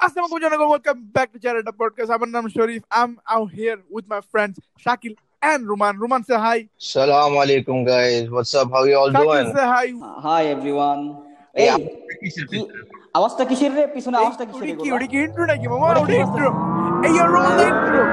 Assalamu alaikum, welcome back to Charada Podcast. I'm Anam Sharif. I'm out here with my friends Shakil and Ruman. Ruman, say hi. Salam alaikum, guys. What's up? How you all Shakil, doing? say hi. Hi everyone এই কি- আওয়াজটা কিসের রে পিছনে আওয়াজটা কিসের ওটা কি এগুলা? ওটা কি intro নাকি মামা ওটা intro এই আর roll intro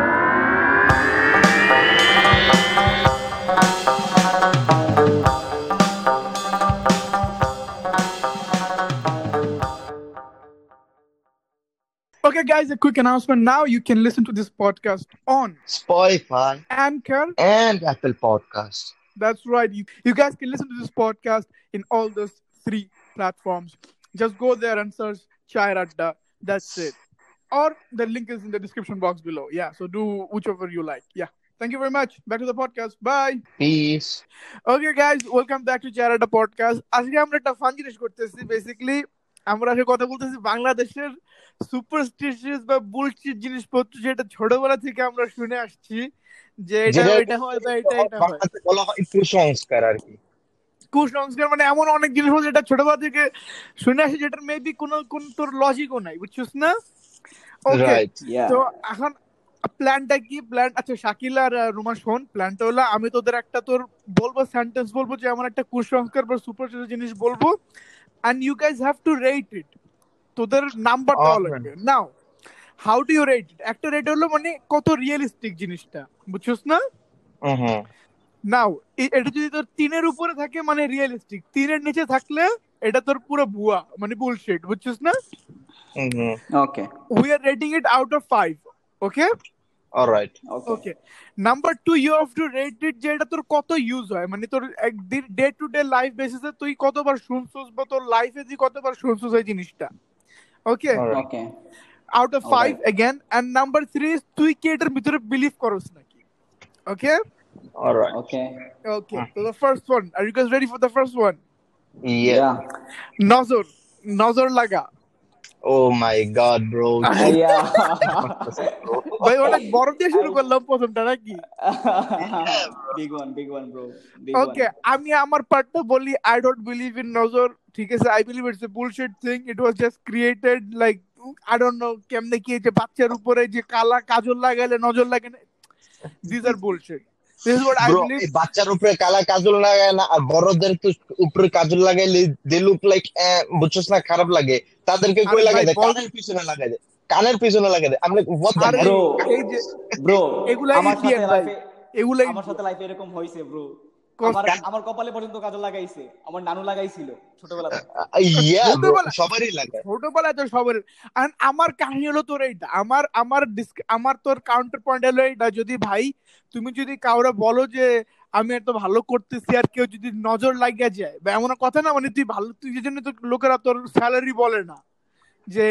Okay, guys, a quick announcement. Now you can listen to this podcast on Spotify Anchor. and Apple Podcast. That's right. You, you guys can listen to this podcast in all those three platforms. Just go there and search Chai Radda. That's it. Or the link is in the description box below. Yeah. So do whichever you like. Yeah. Thank you very much. Back to the podcast. Bye. Peace. Okay guys welcome back to চ্যারাটা podcast আজকে আমরা একটা fun জিনিস করতেছি basically আমরা আজকে কথা বলতেছি বাংলাদেশের সুপারস্টিশিয়াস বা বুলশিট জিনিসপত্র যেটা ছোটবেলা থেকে আমরা শুনে আসছি যে এটা যেটা- এটা হয় বা এটা এটা হয় বাংলাতে বলা হয় কুসংস্কার আর কি কুসংস্কার মানে এমন অনেক জিনিস আছে যেটা ছোটবেলা থেকে শুনে আসি যেটার মেবি কোনো কোন তোর লজিকও নাই বুঝছিস না ওকে Right. Yeah. তো এখন প্ল্যানটা কি প্ল্যান আচ্ছা শাকিল আর আহ, রুমা শোন প্ল্যানটা হলো আমি তোদের একটা তোর বলবো সেন্টেন্স বলবো যে আমার একটা কুসংস্কার বা সুপারস্টিশিয়াস জিনিস বলবো and you guys have to rate it তোদের নাম্বারটা Awesome. লাগবে now how do you rate it একটা রেট হলো মানে কত রিয়েলিস্টিক জিনিসটা বুঝছিস না Mhm. নাও এ- এটা যদি তোর তিনের উপরে থাকে মানে রিয়েলিস্টিক তিনের নিচে থাকলে এটা তোর পুরো ভুয়া মানে বুলশিট বুঝছিস না Mhm. Okay we are rating it out of five okay All right. Okay okay number two you have to rate it যে এটা তোর কত ইউজ হয় মানে তোর ডে টু ডে লাইফ বেসিসে তুই কতবার শুনছস বা তোর লাইফে তুই কতবার শুনছস এই জিনিসটা okay All right. Okay out of five again and number three তুই কি এটার ভিতরে বিলিভ করস নাকি okay All right. Okay okay তো the first one are you guys ready for the first one Yeah. ইয়া নজর নজর লাগা Oh my God, bro. ইয়া ভাই অনেক বড় দিয়ে শুরু করলাম প্রথমটা নাকি big one big one bro okay আমি আমার পার্টটা বলি আই ডোন্ট বিলিভ ইন নজর ঠিক আছে I believe it's a bullshit thing it was just created like I don't know কেমনে কি এই যে বাচ্চার উপরে যে কালা কাজল লাগাইলে নজর লাগে না this are bullshit this is what I Bro, believe এই বাচ্চার উপরে কালা কাজল লাগায় না আর বড়দের তো উপরে কাজল লাগাইলে দে লুক লাইক বুঝছস না খারাপ লাগে তাদেরকে কই আরে ভাই, লাগাই দেয় বল- কানের পিছনে লাগাই দেয় কানের পিছনে লাগাই দেয় আমরা what the আরে bro এই যে bro এগুলাই আমার Indian ভাই সাথে লাইফে এগুলাই আমার সাথে লাইফে এরকম হয়েছে ব্রো কস- আমার আমার কপালে পর্যন্ত কাজল লাগাইছে আমার নানু লাগাইছিল ছোটবেলা থেকে। yeah bro, বলতে বলা- সবারই লাগায় ছোটবেলায় তো সবার আর আমার কাহিনী হলো তোর এইটা আমার আমার disc- আমার তোর কাউন্টার পয়েন্ট হলো এইটা যদি ভাই তুমি যদি কাউরে বলো যে আমি এত ভালো করতেছি আর কেউ যদি নজর লাগিয়ে যায় বা এমন কথা না মানে তুই ভালো তুই যে জন্য তো লোকেরা তোর স্যালারি বলে না যে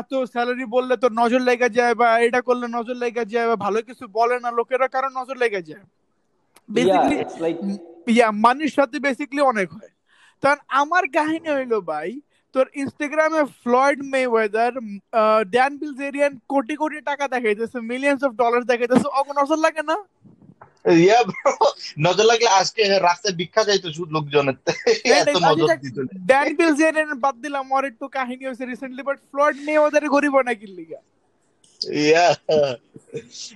এত স্যালারি বললে তোর নজর লেগে যায় বা এটা করলে নজর লেগে যায় বা ভালো কিছু বলে না লোকেরা কারণ নজর লেগে যায় বেসিক্যালি Yeah, it's like- ইয়া মানির সাথে বেসিক্যালি অনেক হয় কারণ আমার কাহিনী হইলো ভাই তোর ইনস্টাগ্রামে ফ্লয়েড মে ওয়েদার ড্যান বিলজেরিয়ান কোটি কোটি টাকা দেখাইতেছে মিলিয়ন্স অফ ডলার দেখাইতেছে অগণ নজর লাগে না ইয়া ব্রো নজর লাগলে আজকে রাস্তায় ভিক্ষা যাইতো শুধু লোকজনের হ্যাঁ, এত নজর দিত না। ড্যান বিলজেরিয়ান বাদ দিলাম আমার একটু কাহিনী হয়েছে recently but Floyd May weather গরিব নাকি লিগা Yeah.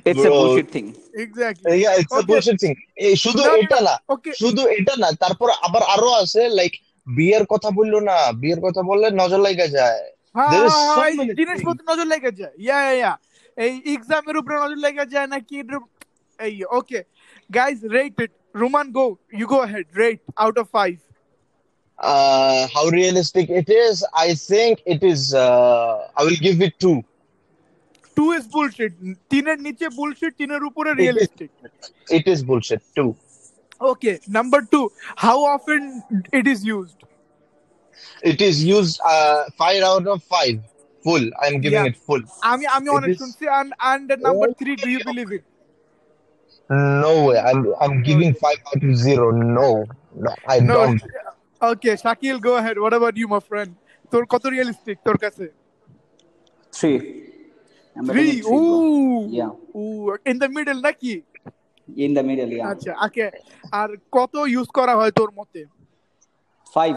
It's a Bro. bullshit thing. Exactly Yeah, it's a Okay. bullshit thing. এই শুধু না, না, এটা না ওকে শুধু এটা না তারপর আবার আরো আছে লাইক বিয়ের কথা বললো না বিয়ের কথা বললে নজর লাগা যায় হ্যাঁ There is হ্যাঁ, so হ্যাঁ, এই many things. জিনিসপত্র নজর লেগে যায় ইয়া ইয়া এই এক্সামের উপরে নজর লেগে যায় নাকি এটার উপ- এই okay guys rate it Roman go you go ahead rate out of five Uh, how realistic it is, I think it is, uh, I will give it two. Two is bullshit তিনের নিচে bullshit তিনের উপরে is- realistic It is bullshit, two. Okay number two how often it is used It is used, uh, five out of five. Full. I'm giving Yeah. it full. আমি আমি It অনেক is- শুনছি and and number three do you believe it No way. I'm, I'm giving five out of zero. No. No, I no don't. Okay Shakil go ahead what about you my friend তোর কত realistic তোর কাছে Three. I'm three rating it ও three, bro. Yeah. ও in the middle নাকি In the middle, yeah. আচ্ছা okay আর কত ইউজ করা হয় তোর মতে ফাইভ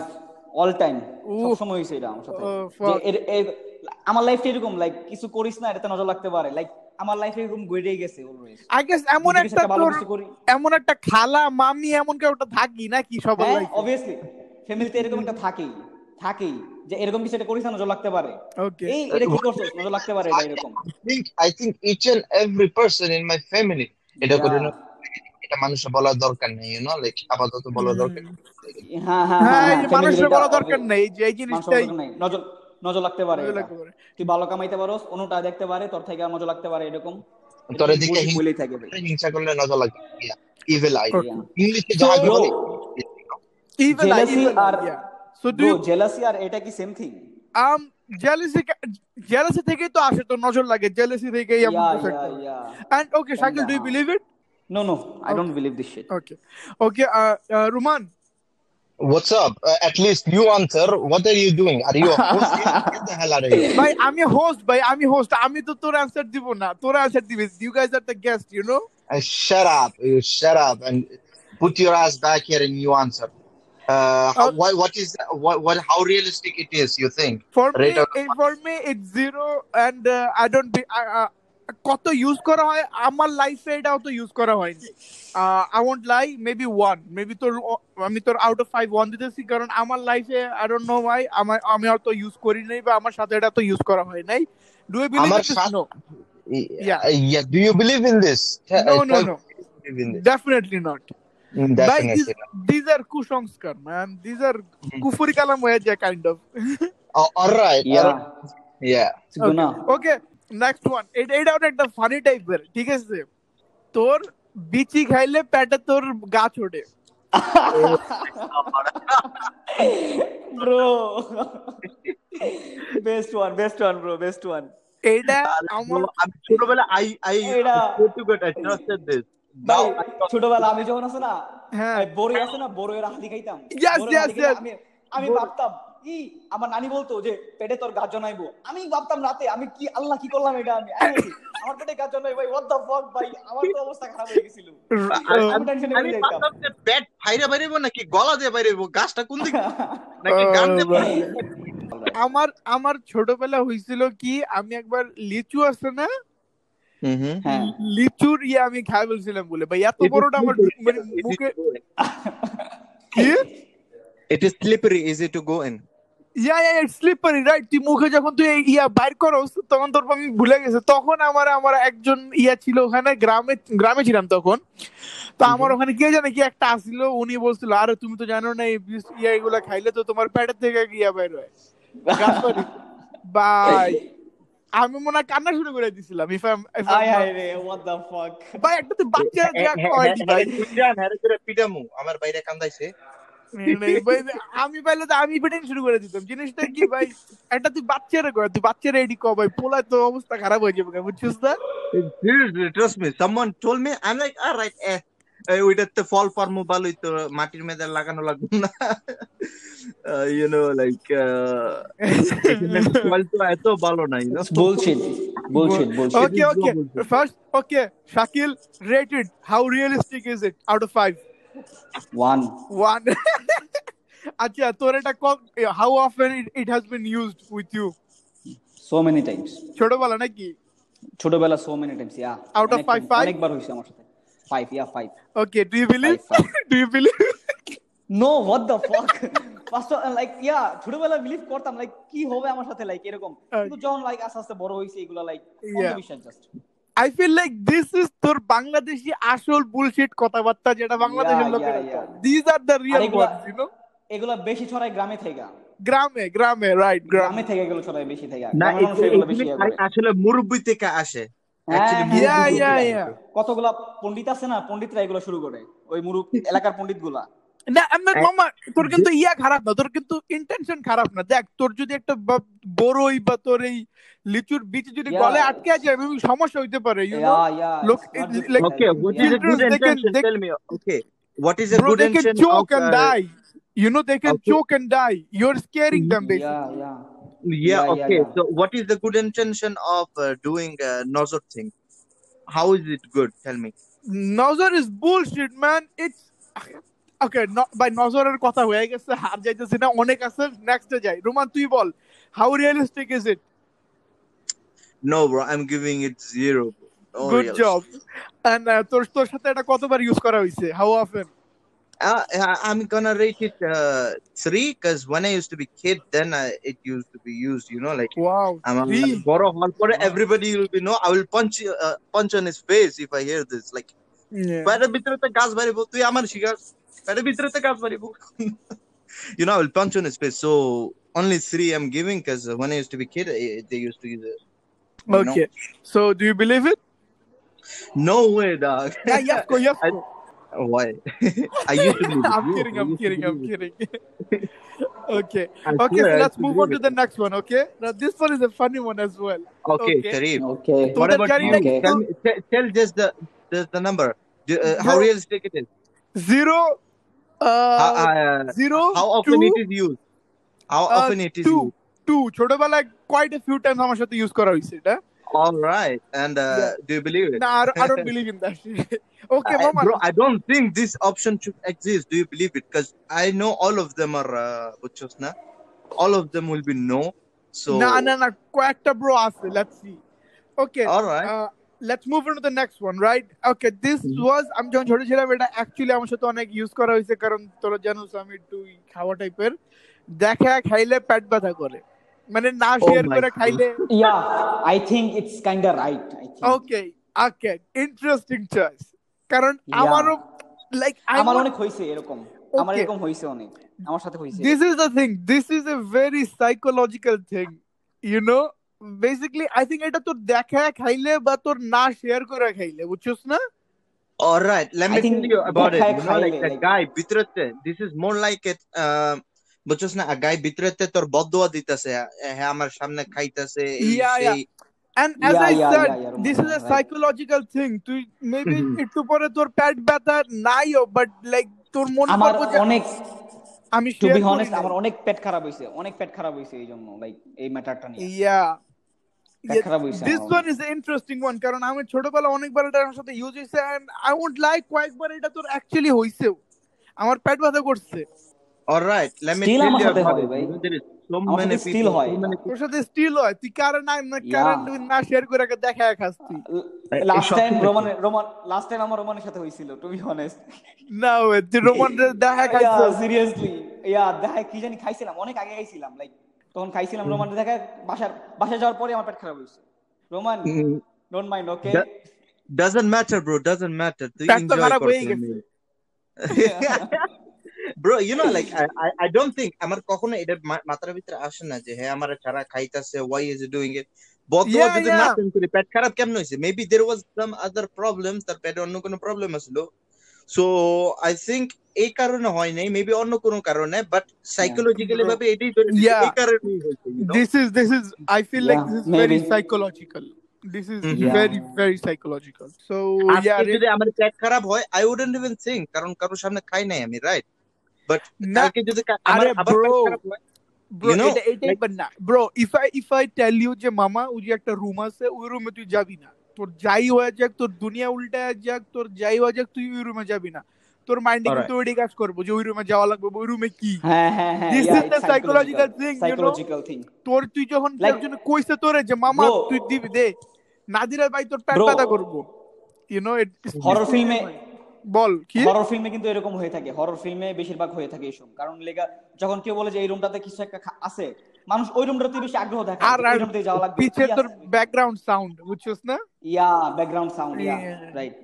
অল টাইম উফ। সব সময় হয়েছে এটা আমার সাথে ও, fuck. যে এর- এর- আমার লাইফটা এরকম লাইক কিছু করিস না এটাতে নজর লাগতে পারে লাইক আমার লাইফে এরকম গড়েই গেছে অলওয়েজ আই গেস এমন একটা ভালো তোর কিছু করি এমন একটা খালা মামি এমন কেউ একটা থাকি নাকি সবার হ্যাঁ লাইফে অবভিয়াসলি ফ্যামিলিতে এরকম একটা থাকেই থাকেই যে এরকম কিছু একটা করিস না নজর লাগতে পারে ওকে এই এটা কি করছিস নজর লাগতে পারে এটা এরকম think I think each and every person in my family এটা Yeah. করে না এটা মানুষে বলার দরকার নেই ইউ নো লাইক আপাতত বলার দরকার নেই। হ্যাঁ হ্যাঁ হ্যাঁ, হ্যাঁ হ্যাঁ এই family মানুষের এটা বলা দরকার obvious- নেই যে এই মানুষের জিনিসটাই দরকার নাই। নজর নজর লাগতে পারে ভালো এটা। লাগতে পারে। তুই ভালো কামাইতে পারোস অনুটা দেখতে পারে তোর থেকে আর নজর লাগতে পারে এরকম তোর এদিকে হিংসা বলেই থাকে ভাই করলে হিংসা করলে নজর লাগে ইভিল আই Okay. ইংলিশে So, যাকে bro, বলে Even I, jealousy even I, are- yeah. So do you, jealousy আর এটা কি same thing um, jealousy, jealousy থেকেই তো আসে তো নজর লাগে jealousy থেকেই এমন Yeah, কিছু yeah, একটা। yeah. And okay, Shakil, do you Yeah. believe it? No, no, I don't believe this shit. Okay, okay, uh, uh, Ruman, what's up uh, at least you answer what are you doing are you a host here? What the hell are you ভাই আমি host ভাই আমি host আমি তো তোর answer দিব না তোর অ্যান্সার দিবি you guys are the guest you know Uh, shut up you shut up and put your ass back here and you answer uh, how- what, what is what, what how realistic it is you think for me Rate out of for me it zero and I don't uh, কত use করা হয় আমার লাইফে এটা অত use করা হয়নি Uh, I want lie maybe one maybe তোর o- আমি তোর আউট অফ ফাইভ ওয়ান দিতেছি কারণ আমার লাইফে আই ডোন্ট নো ওয়াই আমার আমি অত ইউজ করি নাই বা আমার সাথে এটা তো ইউজ করা হয় নাই ডু ইউ আমার বিলিভ সাথে- no Yeah. Uh, yeah. Do you believe in this? Te- No, uh, no, tell no. me if you Believe in this. Definitely not Mm, ভাই Definitely. not. দিস আর কুসংস্কার man this are কুফুরি কালাম হয়ে যায় kind of Oh, all right. all Yeah, right. Yeah. it's guna. Okay next one এটা এটা একটা funny টাইপের ঠিক আছে তোর বিচি খাইলে পেটে তোর গা ছোটে Bro. best one, best one, bro, best one. এটা আমার ছোটবেলা আই আই এটা- I trusted this. ভাই, ছোটবেলা আমি যখন আছে না হ্যাঁ। বড়ি আছে না বড়ের হালি খাইতাম Yes, বড়ইয়ের হালি yes, খাইতাম, yes. আমি- আমি বড়- ভাবতাম ই আমার নানি বলতো যে পেটে তোর গাছ জনাইবো আমি ভাবতাম রাতে আমি কি আল্লাহ কি করলাম এটা আমি আমি বলি, আমার পেটে গাছ জনাই ভাই হোয়াট দা ফাক ভাই আমার তো অবস্থা খারাপ হয়ে গেছিল আমি টেনশনে আমি পড়ে যাইতাম ভাবলাম যে ব্যাট বাইরে বাইরেব নাকি গলা দিয়ে বাইরেব গাছটা কোন দিকে নাকি গান Uh, দিয়ে বাইরে হইবো? হ্যাঁ। আমার আমার ছোটবেলা হয়েছিল কি আমি একবার লিচু আছে না mm-hmm. হ্যাঁ লিচুর ইয়ে আমি খাই বলছিলাম বলে ভাই এত বড়টা আমার মানে মুখে কি It is slippery, easy to go in. Yeah yeah slippery right তুই মুখে যখন তুই এই ইয়া বাইর করস তখন তোর আমি ভুলে গেছে তখন আমার আমার একজন ইয়া ছিল ওখানে গ্রামে গ্রামে ছিলাম তখন তো আমার ওখানে কে জানে কি একটা আসছিল উনি বলছিল আরে তুমি তো জানো না এই বিষ- ইয়া এগুলা খাইলে তো তোমার পেটের থেকে ইয়া বাইর হয় বাই আমি মনে হয় কান্না শুরু করে দিছিলাম ইফ আই আয় হ্যাঁ, হায় রে হোয়াট দা ফাক ভাই একটা তুই বাচ্চা যা কয় ভাই পিটামু আমার বাইরে কান্দাইছে নেই, মানে ভাই, আমি পাইলে তো আমি ব্যাটিং শুরু করে দিতাম জিনিসটা কি ভাই একটা তুই বাচ্চারা কর তুই বাচ্চারা এডি কর ভাই পোলা তো অবস্থা খারাপ হয়ে যাবে বুঝছিস না Seriously, uh, trust me. Someone told me, I'm like, all right, eh. এই ওইটাতে ফল ফর্ম ভালোই তো মাটির মেদা লাগানো লাগবে না ইউ নো লাইক uh, ফল তো এত ভালো নাই you know? Bullshit bullshit bullshit okay okay first okay Shakil rated how realistic is it out of five one one আচ্ছা তোর এটা how often it has been used with you so many times ছোটবেলা নাকি ছোটবেলা so many times yeah Out of five, five? অনেকবার হইছে আমার সাথে five yeah five okay do you believe Five, five. Do you believe no what the fuck first like yeah ছোটবেলা believe করতাম like কি হবে আমার সাথে লাইক এরকম কিন্তু যখন লাইক আস্তে আস্তে বড় হইছে এগুলা লাইক অন্ধবিশ্বাস just I feel like this is তোর বাংলাদেশি আসল বুলশিট কথাবার্তা যেটা বাংলাদেশের Yeah, লোকেরা yeah, yeah. This are the real এগুলা- ওয়ার্ডস ইউ নো এগুলা বেশি ছড়ায় গ্রামে থেকে গ্রামে গ্রামে রাইট গ্রামে গ্রামে থেকে এগুলো ছড়ায় বেশি থেকে না গ্রামের মানুষ এগুলো- এগুলো বেশি এগুলো করে। আসলে মুরব্বি থেকে আসে হ্যাঁ, Actually, হ্যাঁ, Yeah, বুঝতে yeah, পারছি। yeah. কতগুলা পণ্ডিত আছে না পণ্ডিতরা এগুলো শুরু করে ওই মুরুব এলাকার পণ্ডিত গুলা না আমি মামা তোর কিন্তু ইয়া খারাপ না তোর কিন্তু ইন্টেনশন খারাপ না দেখ তোর যদি একটা বা- বড়ই বা তোর এই লিচুর বীজ যদি Yeah. গলে আটকে যায় maybe সমস্যা হইতে পারে you know Look, it's like- Okay, what Yeah. is a good They can- intention? they- Tell me. Okay, what is a bro good they can intention? choke of, and uh, die you know they can Okay. choke and die you're scaring them basically Yeah, Yeah, yeah, okay. yeah. So, what is the good intention of uh, doing uh, nozor thing? How is it good? Tell me. নজর is bullshit man it's okay bye নজরের কথা হয়ে গেছে হার যাইতেছি না অনেক আছে নেক্সটে যাই রোমান তুই বল how realistic is it no bro i'm giving it zero bro. No good real job and uh, তোর তোর সাথে এটা কতবার ইউজ করা হয়েছে how often Uh, I- I'm gonna rate it uh, three because when I used to be kid, then I, it used to be used. You know, like wow I'm Three? a borrow hall for everybody. Will be know I will punch you- uh, punch on his face if I hear this. Like, বাইরের ভিতরে তো গাছ বাড়িব তুই আমার শিকার বাইরের ভিতরে তো গাছ বাড়িব you know I will punch on his face. So only three I'm giving because when I used to be kid, eh, they used to use it. you know. Okay so do you believe it No way, dog. হ্যাঁ ইয়াস কো ইয়াস I, co why? I used to believe it, I'm yes, kidding. I I'm used to kidding. I'm believe it. kidding. okay. I Okay. So swear I used let's to move believe on to it. the next one. Okay. Now this one is a funny one as well. Okay, Okay. Sharif. Okay So What that about Gary, you? like Okay. Tell so me, t- tell just the just the number. Do- uh, how Bro. realistic it is? zero, How uh, uh, zero, how often it two, is used? How uh, often it is two, used? two. ছোটবেলায় quite a few times আমার সাথে use করা হয়েছে এটা। All right. And uh, Yeah. do you believe it? No, I don't, I don't believe in that. shit. okay, I, Maman. Uh, bro, I don't think this option should exist. Do you believe it? Because I know all of them are uh, butchers, na? All of them will be no. So না না না কয়েকটা bro আছে let's see okay all right. uh, let's move on to the next one right okay this Mhm. Was আমি যখন ছোট ছিলাম এটা অ্যাকচুয়ালি আমার সাথে অনেক ইউজ করা হয়েছে কারণ তোরা জানোস আমি একটু ওই খাওয়া টাইপের দেখা খাইলে পেট ব্যথা করে মানে না Oh শেয়ার my করে god. খাইলে yeah I think it's kind of right I think okay okay interesting choice কারণ ইয়া আমারও লাইক আই আমার ওয়ান্ট অনেক হয়েছে এরকম আমার ওকে এরকম হয়েছে অনেক আমার সাথে হয়েছে this এরকম is the thing this is a very psychological thing you know basically i think এটা তোর দেখা খাইলে বা তোর না শেয়ার করে খাইলে বুঝছস না All right, let I me think tell you about it. দেখায় You know, like খাইলে that like guy Bitrate. This is more like it. Um, বুঝছস না a guy বিতরেতে তোর বদদোয়া দিতেছে হ্যাঁ আমার সামনে খাইতেছে এই ইয়া ইয়া সেই and as yeah i yeah said yeah yeah this is Roman a right psychological thing তুই মেবি Mm-hmm. Mhm. একটু পরে তোর পেট ব্যথা নাইও but like তোর মনে আমার করবো যে অনেক আমি টু বি শেয়ার করি হনেস্ট নাই আমার অনেক পেট খারাপ হয়েছে অনেক পেট খারাপ হয়েছে এই জন্য লাইক এই ম্যাটারটা নিয়ে ইয়া পেট খারাপ হয়েছে দিস আমার ওয়ান অনেক ইজ ইন্টারেস্টিং ওয়ান কারণ আমি ছোটবেলা অনেকবার এটা আমার সাথে ইউজ হয়েছে অ্যান্ড আই উড লাইক কয়েকবার এটা তোর অ্যাকচুয়ালি হয়েছেও আমার পেট ব্যথা করছে All right, let me still tell আমার you সাথে about হয় it. ভাই You know, there is so আমার সাথে many স্টিল people, হয় so এটা many people. তোর সাথে স্টিল হয় তুই কারণ না না- ইয়া কারণ তুই না শেয়ার করে দেখা খাস তুই এই লাস্ট সব টাইম থেকে রোমান রোমান লাস্ট টাইম আমার রোমানের সাথে হয়েছিল টু বি হনেস্ট না ওয়ে, তুই রোমান দেখা ইয়া খাইছস সিরিয়াসলি ইয়া দেখা কি জানি খাইছিলাম অনেক আগে খাইছিলাম লাইক তখন খাইছিলাম রোমান দেখা বাসার বাসায় যাওয়ার পরে আমার পেট খারাপ হয়েছে Roman Mm, don't mind okay do- doesn't matter, bro. Doesn't matter. তুই পেট তো enjoy খারাপ করতে হয়ে গেছে meal. Bro you know like I I don't think আমার কখনো এটা মা- মাথার ভিতরে আসে না যে হ্যাঁ আমার ছাড়া খাইতাছে ওয়াই ইজ ডুইং ইট বদদোয়া ইয়া যদি ইয়া না চেঞ্জ করি পেট খারাপ কেমন হয়েছে maybe there was some other problem তার পেটে অন্য কোনো প্রবলেম আসলো সো আই থিংক এই কারণে হয় নাই মেবি অন্য কোনো কারণে বাট সাইকোলজিক্যালি ব্রো ভাবে এটাই ধরে নিছে ইয়া এই কারণেই হয়েছে you know this is this is i feel yeah like this is maybe very psychological this is yeah very very psychological so Oh, yeah আজকে re- যদি আমার পেট খারাপ হয় আই উডন্ট ইভেন থিংক কারণ কারোর সামনে খাই নাই আমি রাইট বাট na কালকে যদি কা- আমার are আবার পেট bro খারাপ হয় bro ইউ নো এটা এটাই লাইক but না bro if i if i tell you যে মামা ওই যে একটা রুম আছে ওই রুমে তুই যাবি না তোর যাই হয়ে যাক তোর দুনিয়া উল্টা যাক তোর যাই হয়ে যাক তুই ওই রুমে যাবি না তোর মাইন্ডে কিন্তু অলরাইট ওইটাই কাজ করবো যে ওই রুমে যাওয়া লাগবে বা ওই রুমে কি হ্যাঁ হ্যাঁ হ্যাঁ this yeah is the it's psychological psychological thing you know psychological thing তোর তুই যখন লাইক একজন কইছে তোরে যে মামা ব্রো তুই দিবি দে নাদিরা ভাই তোর পেট ব্রো ব্যথা করবো ইউ নো হরর স্পেসিফিক ফিল্মে বল কি হরর ফিল্মে কিন্তু এরকম হয়ে থাকে হরর ফিল্মে বেশিরভাগ হয়ে থাকে এসব কারণ লেগা যখন কেউ বলে যে এই রুমটাতে কিছু একটা খা- আছে মানুষ ওই রুমটাতে বেশি আগ্রহ দেখায় আর যে আর ওই রুমটাতে যাওয়া লাগবে কি পিছের তোর আছে ব্যাকগ্রাউন্ড সাউন্ড বুঝছিস না yeah background sound yeah right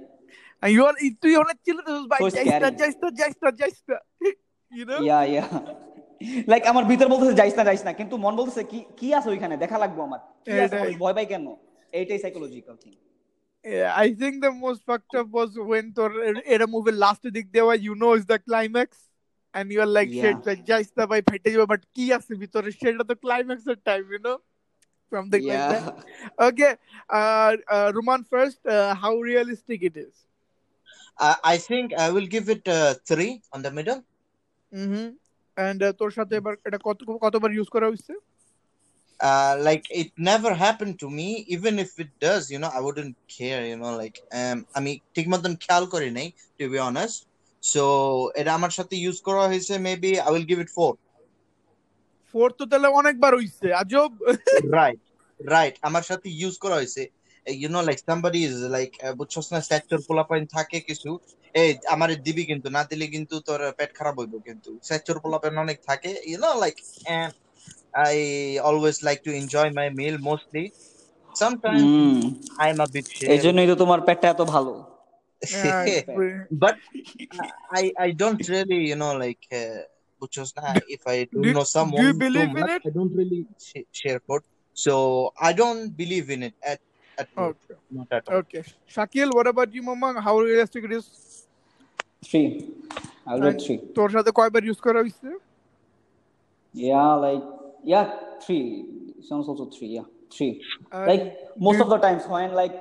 your তুই অনেক চিল্লাতেছিস ভাই সো যাইস না স্ক্যারি যাইস না যাইস না যাইস না you know yeah yeah like আমার ভিতর বলতেছে যাইস না যাইস না কিন্তু মন বলতেছে কি কি আছে ওইখানে দেখা লাগবে আমার কি আছে এটাই আমি ভয় পাই কেন এইটাই psychological thing I think the most fucked up was when তোর এ- এটা মুভির লাস্ট দিক দেওয়া you know is the climax and you are like yeah shit like যাইস না ভাই ফেটে যাবে বাট কি আছে ভিতরে সেটা তো ক্লাইম্যাক্স এর time you know something like yeah that. Okay, uh, uh, Ruman first. Uh, how realistic it is? I, I think I will give it uh, three on the middle. Mm-hmm. And uh, তোর সাথে এবার এটা কত কতবার use করা হয়েছে? Uh, like it never happened to me. Even if it does, you know, I wouldn't care. You know, like um, I mean, ঠিক মতন খেয়াল করি নাই, to be honest. So এটা আমার সাথে use করা হয়েছে. Maybe I will give it four. Four তো তাহলে অনেকবার হয়েছে আজব Right. রাইট আমার সাথে ইউজ করা হয়েছে Eh, you know like somebody is like বুঝছস না সেক্টর পোলাপাইন থাকে কিছু এই আমার দিবি কিন্তু না দিলে কিন্তু তোর পেট খারাপ হইব কিন্তু সেক্টর পোলাপাইন অনেক থাকে you know like I always like to enjoy my meal mostly sometimes I am a bit এই জন্যই Hmm. তো তোমার পেটটা এত ভালো but uh, I I don't really you know like uh, butchers nah, if I do, do- know someone do you too believe in much, it? I don't really sh- share food, so I don't believe in it at at all. Okay. not at all. Okay. Shakil, what about you, Mama? How realistic it is? Three I will And three তোর সাথে কয়বার use করা হয়েছে Yeah, like yeah, three. Sounds also three. Yeah, three. Uh, like most do- of the times when like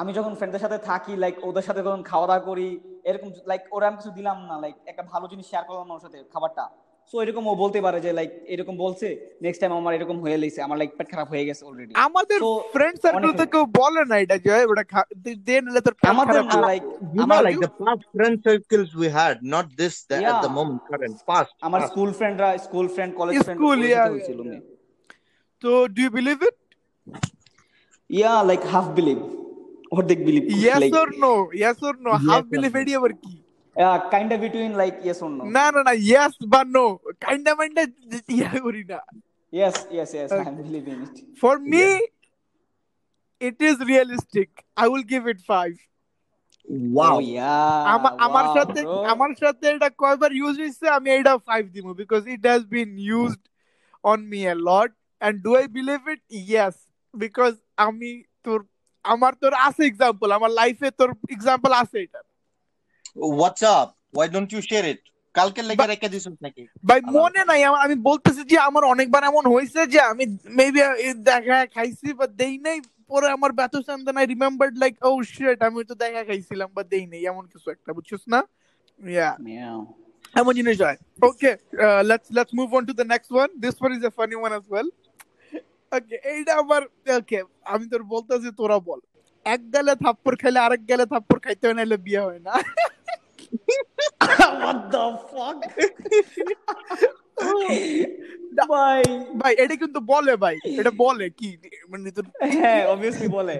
আমি যখন ফ্রেন্ডের সাথে থাকি লাইক ওদের সাথে যখন খাওয়া দাওয়া করি এরকম লাইক ওরা আমি কিছু দিলাম না লাইক একটা ভালো জিনিস শেয়ার করলাম না ওর সাথে খাবারটা সো এরকম ও বলতে পারে যে লাইক এরকম বলছে নেক্সট টাইম আমার এরকম হয়ে লেগেছে আমার লাইক পেট খারাপ হয়ে গেছে অলরেডি আমাদের So, ফ্রেন্ড সার্কেল অনেক- তো কেউ বলে না এটা যে ওটা খা- দে- দে নিলে তোর পেট আমাদের খারাপ না হবে। লাইক You know, আমার like the past friend circles we had, not this the, at the Yeah. moment, current past. আমার past. স্কুল ফ্রেন্ডরা school friend college friend School, yeah, yeah, হয়েছিল yeah. তো do you believe it yeah like half believe অর্ধেক believe yes or no yes or no half believe এডি আবার কি kind of between like yes or no না না না yes বা no kind of mind yeah করি না Yes, yes, yes. I Okay. believe in it. For me it is realistic I will give it five Wow. Oh, yeah. আমার আমার wow, সাথে bro. আমার সাথে এটা কয়বার ইউজ হয়েছে আমি এটা ফাইভ দিব because it has been used on me a lot and do I believe it yes because আমি তোর আমার তোর আছে এক্সাম্পল আমার লাইফে তোর এক্সাম্পল আছে এটা What's up? Why don't you share it? কালকে লেগে But- রেখে দিছিস নাকি ভাই মনে নাই আমার আমি বলতেছি যে আমার অনেকবার এমন হয়েছে যে আমি মেবি দেখা খাইছি বা দেই নাই পরে আমার ব্যথা সামনে নাই remembered like oh shit oh আমি তো দেখা খাইছিলাম বা দেই নাই এমন কিছু একটা বুঝছিস না ইয়া Meow. এমন জিনিস হয় okay let's let's move on to the next one this one is a funny one as well okay এইটা আবার ওকে আমি তোর বলতেছি তোরা বল এক গালে থাপ্পড় খাইলে আরেক গালে থাপ্পড় খাইতে হয় নাহলে বিয়ে হয় না What the fuck? ভাই ভাই এটা কিন্তু বলে ভাই এটা বলে কি মানে তোর হ্যাঁ অবভিয়াসলি বলে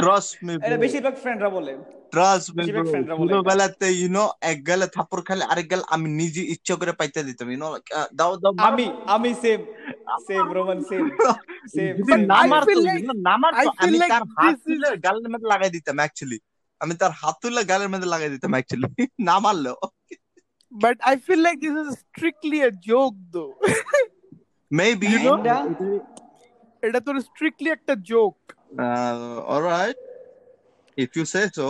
Trust me, এটা bro. বেশিরভাগ ফ্রেন্ডরা বলে Trust me, বেশিরভাগ bro. friend রা বলে এটা। ছোটবেলাতে, you know, এক গালে থাপ্পড় খাইলে আরেক গাল আমি নিজে ইচ্ছা করে পাইতে দিতাম, you know, like, uh, দাও দাও মারো। আমি আমি same same Roman same same যদি নামার I feel তো, like- you know, নামার I তো, feel আমি like তার হাত this is- তুলে গালের মধ্যে লাগাই দিতাম অ্যাকচুয়ালি আমি তার হাত তুলে গালের মধ্যে লাগাই দিতাম অ্যাকচুয়ালি না মারলেও But I feel like this is strictly a joke, though. Maybe You know? And, এটা তোর strictly একটা joke. Uh, alright if you say so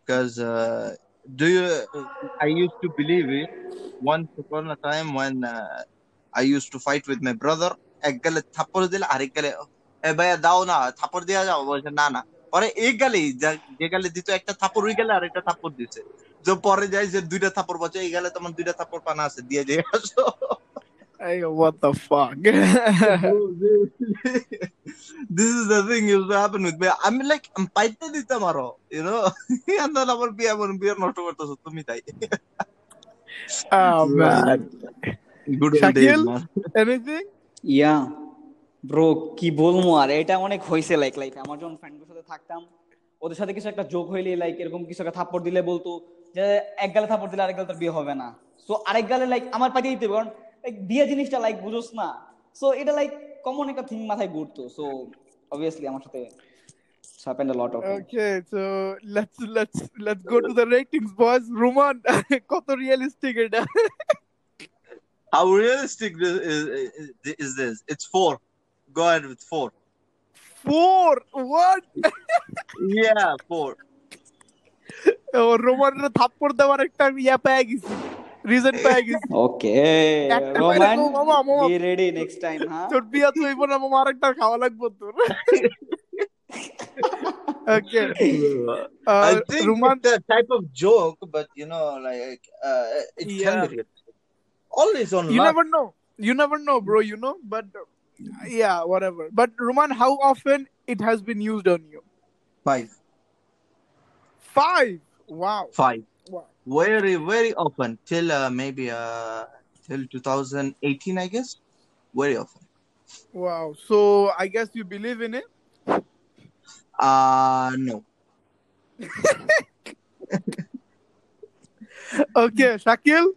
because uh, do you I use to believe it once upon a time when uh, I used to fight with my brother এক গালে থাপ্পড় দিলে আরেক গালে এ ভাইয়া দাও না থাপ্পড় দেওয়া যাও বলছে না না পরে এই গালে যে গালে দিত একটা থাপ্পড় ওই গালে আর একটা থাপ্পড় দিছে যে পরে যাই যে দুইটা থাপ্পড় বাঁচে এই গালে তোমার দুইটা থাপ্পড় পানা আছে দিয়ে যাই আসো Hey, what the fuck? this is the thing used to happen with me. I'm like, I'm পাইতে দিতাম আরো, you know. And then আমার বিয়ে আমার বিয়ে নষ্ট করতেছো তুমি তাই। oh, man. Good old days, Shakil, man. anything? Yeah bro কি বলবো আর এটা অনেক হয়েছে লাইক লাইক আমার যখন ফ্রেন্ডদের সাথে থাকতাম ওদের সাথে কিছু একটা যোগ হইলে লাইক এরকম কিছু একটা থাপ্পড় দিলে বলতো যে এক গালে থাপ্পড় দিলে আরেক গালে তোর বিয়ে হবে না সো আরেক গালে লাইক আমার পাঠিয়ে দিতে হবে, কারণ লাইক বিয়ে জিনিসটা লাইক বুঝোস না সো এটা লাইক কমন একটা থিং মাথায় ঘুরতো সো অবভিয়াসলি আমার সাথে happened a lot of Okay, so let's let's let's go to the ratings, boys. Roman, কত realistic এটা? How realistic this is, is, is this? It's four. Go ahead with four. Four. What? Yeah, four. রোমানের থাপ্পড় দেওয়ার একটা ইয়া পেয়ে গেছি reason পেয়ে গেছি ওকে একটা পাইলে রোমান তো মামা, মামা। বি রেডি নেক্সট টাইম হ্যাঁ তোর বিয়া তো হইব না মামা আরেকটা খাওয়া লাগবে তোর ওকে Uh, I think Ruman it's a type of joke, but you know, like uh, it can Yeah. be realistic. Always on you luck. never know you never know bro you know but uh, yeah whatever but roman how often it has been used on you Five. five wow Five. wow very very often till uh, maybe uh till 2018 i guess very often wow so i guess you believe in it Uh, no. Okay Shakil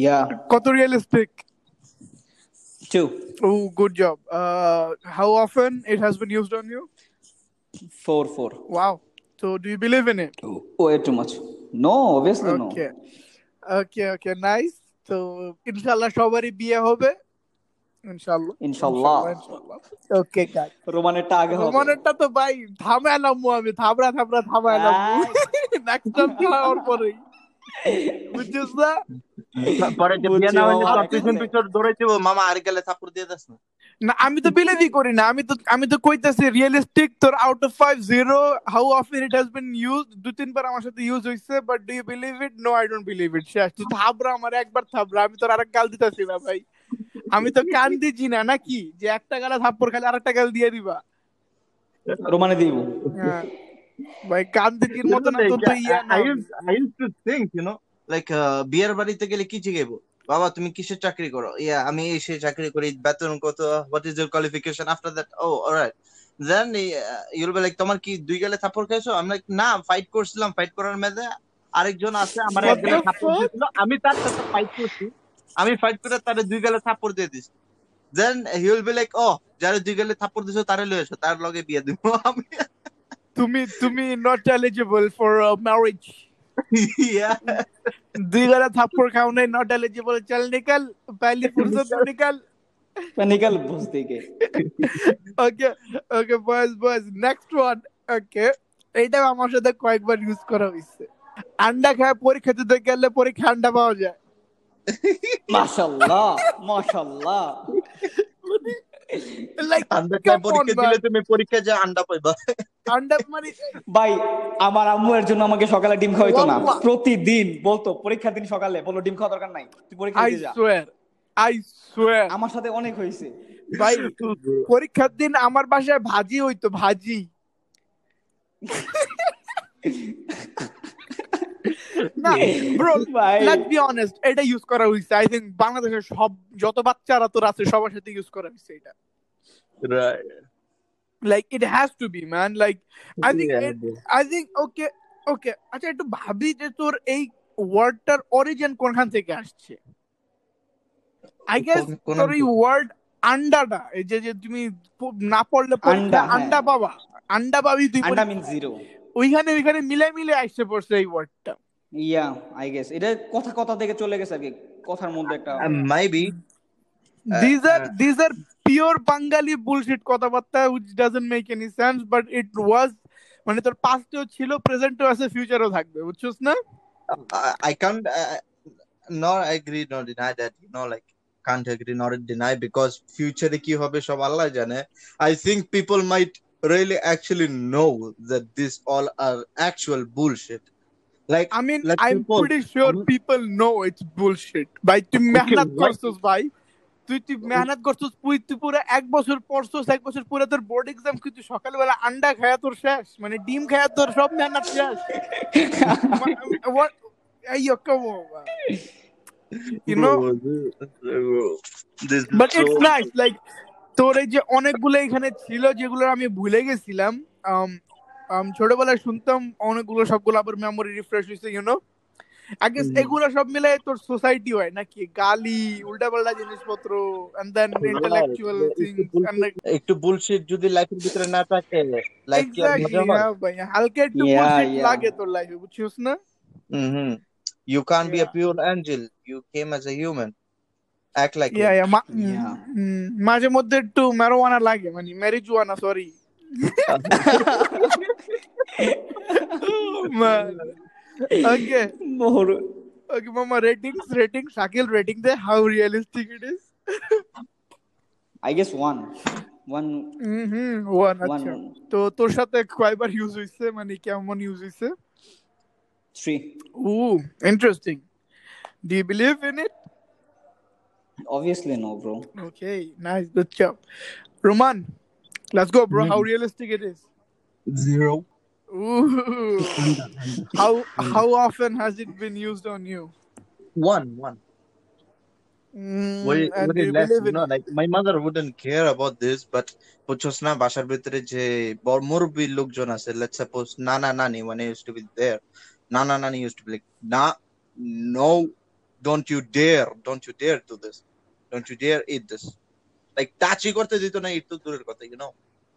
Yeah. কত realistic? Two. Oh, good job. Uh, how often it has been used on you? Four. Four. Oh, Wow. So, do you believe in it? Way too much. No, obviously no. Okay. Okay, okay, nice. So, ইনশাল্লাহ সবারই বিয়ে হবে ইনশাল্লাহ ইনশাল্লাহ। Okay guys রোমানেরটা আগে হবে রোমানেরটা তো ভাই থামাইলাম আমি থামরা থামরা থামাইলাম নেক্সট টাইম খেলা ওর পরেই বুঝছিস না পরে যে বিয়ে না হইলে সব বুঝছি, পিছন বাবা। পিছন দৌড়াইতে হবে, মামা আর গেলে থাপ্পড় দিয়ে দাস না না আমি তো বিলিভই করি না আমি তো আমি তো কইতাছি রিয়েলিস্টিক তোর out of five zero how often it has been use দু তিনবার আমার সাথে ইউজ হইছে but do you believe it no I don't believe it শেষ তুই থাবরা আমার একবার থাবরা আমি তোর আরেক গাল দিতাছি না ভাই আমি তো কান দিছি না নাকি যে একটা গালে থাপ্পড় খালি আরেকটা গাল দিয়ে দিবা রোমানে দিব হ্যাঁ। ভাই কান দিচির মতো না তোর তো ইয়া না I used- I used to think, you know, like, uh, বিয়ের বাড়িতে গেলে কি জিজ্ঞেব বাবা তুমি কিসের চাকরি করো ইয়া আমি এই সেই চাকরি করি বেতন কত what is your qualification after that oh alright then you'll be like তোমার কি দুই গেলে থাপ্পড় খেয়েছো আমি like, না ফাইট করছিলাম ফাইট করার মেজে আরেকজন আছে আমার What এক গালে the থাপ্পড় fuck? দিয়েছিল আমি তার সাথে ফাইট করছি আমি ফাইট করে তারে দুই গেলে থাপ্পড় দিয়ে দিছি then he will be like oh যারা "Oh, দুই গেলে থাপ্পড় দিছো তারে লয়ে এসো তার লগে বিয়ে দিব আমি তুমি তুমি not eligible for marriage Yeah. uh, দুই গালে থাপ্পড় খাও নাই নট এলিজিবল চল নিকাল পহলি ফুরসত মে নিকাল নিকাল বুঝ থেকে okay okay boys boys next one okay এইটা আমার সাথে কয়েকবার ইউজ করা হয়েছে আন্ডা খায় পরীক্ষা দিতে গেলে পরীক্ষা আন্ডা পাওয়া যায় মাশাল্লাহ মাশাল্লাহ লাইক আন্ডা খায় পরীক্ষা দিলে তুমি পরীক্ষা যা আন্ডা পাইবা আন্ডা মানে ভাই আমার আম্মু এর জন্য আমাকে সকালে ডিম খাওয়াইতো না ওয়াল্লাহ। প্রতিদিন বলতো পরীক্ষার দিন সকালে বলো ডিম খাওয়া দরকার নাই তুই পরীক্ষা আই দিয়ে যা সোয়ার আই সোয়ার আমার সাথে অনেক হয়েছে ভাই পরীক্ষার দিন আমার বাসায় ভাজি হইতো ভাজি না ব্রো ভাই। লেটস বি অনেস্ট এটা ইউজ করা হয়েছে আই থিংক বাংলাদেশের সব যত বাচ্চারা তোর আছে সবার সাথে ইউজ করা হয়েছে এটা like it has to be man like i think Yeah, it, i think okay okay আচ্ছা একটু ভাবি যে তোর এই ওয়ার্ডটার অরিজিন কোনখান থেকে আসছে আই গেস কোন- কোন তোর এই অঞ্চল? ওয়ার্ড আন্ডাটা এই যে যে তুমি প- না পড়লে পরীক্ষা আন্ডা, হ্যাঁ। আন্ডা পাবা আন্ডা পাবি তুই আন্ডা পরীক্ষা- মিন জিরো ওইখানে ওইখানে মিলে মিলে আসছে পড়ছে এই ওয়ার্ডটা ইয়া আই গেস এটা কথা কথা থেকে চলে গেছে আর কি কথার মধ্যে একটা maybe these are these are pure Bangali bullshit কথাবার্তা which doesn't make any sense but it was মানে তোর পাস্টেও ছিল প্রেজেন্টেও আছে ফিউচারও থাকবে বুঝছিস না I can't not agree not deny that you know like can't agree not deny because ফিউচারে কি হবে সব আল্লাহ জানে I think people might really actually know that this all are actual bullshit like I mean, Like I'm people- pretty sure I'm- people know it's bullshit. ভাই তুই মেহনত what- করছিস ভাই তুই তুই মেহনত করছিস তুই তুই পুরো এক বছর পড়ছিস এক বছর পুরো তোর বোর্ড এক্সাম কিন্তু সকালবেলা আন্ডা খায়া তোর শেষ মানে ডিম খায়া তোর সব মেহনত শেষ মা- what- আইয়ো, come on, man. You know, this is but so- it's nice like তোর এই যে অনেকগুলো এখানে ছিল যেগুলো আমি ভুলে গেছিলাম Um, um, ছোটবেলায় শুনতাম অনেকগুলো সবগুলো আবার মেমোরি রিফ্রেশ হয়েছে ইউ নো আগে এগুলো সব মিলে তোর সোসাইটি হয় নাকি গালি উল্টাপাল্টা জিনিসপত্র and then intellectual Right. Things একটু বুলশিট যদি লাইফের ভিতরে না থাকে লাইফ কি আর মজা এক্স্যাক্টলি হয় হ্যাঁ ভাই হালকা একটু Yeah, বুলশিট yeah. লাগে তোর লাইফে বুঝছিস না hmm you can't be a Yeah. Pure angel you came as a human act like yeah yeah Yeah. mm, মাঝে মধ্যে একটু ম্যারোয়ানা লাগে মানে marijuana sorry okay more okay মামা রেটিংস রেটিং শাকিল রেটিং দে how realistic it is I guess one one hmm one One, আচ্ছা one. তো তোর সাথে কয়বার ইউজ হইছে মানে কেমন ইউজ হইছে three Ooh, interesting. Do you believe in it? Obviously no bro Okay, nice, good job. Roman, let's go, bro. How realistic it is. Zero Ooh. how how often has it been used on you? One one Mm, Very, and very you less, believe you in know, like my mother wouldn't care about this, but বুঝছস না বাসার ভিতরে যে বড় মুরব্বী লোকজন আছে let's suppose নানা নানি when I used to be there নানা নানি used to be like না no don't you dare don't you dare do this don't you dare eat this like টাচই করতে দিত না একটু দূরের কথা you know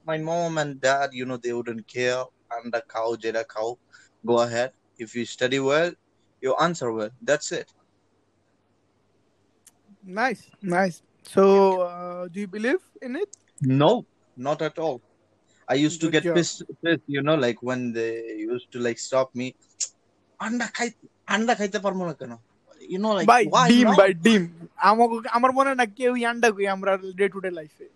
my mom and dad you know they wouldn't care and খাও যেটা খাও go ahead if you study well you answer well that's it nice, nice. So, uh, do you believe in it? No, not at all. I used to Good get job. pissed, pissed, you know, like when they used to like stop me. Anda খাই anda খাইতে পারবো না কেন? You know, like By why deem, not? by deem. আমাকে আমার মনে হয় না কেউ আন্ডা কই আমরা ডে টু ডে লাইফে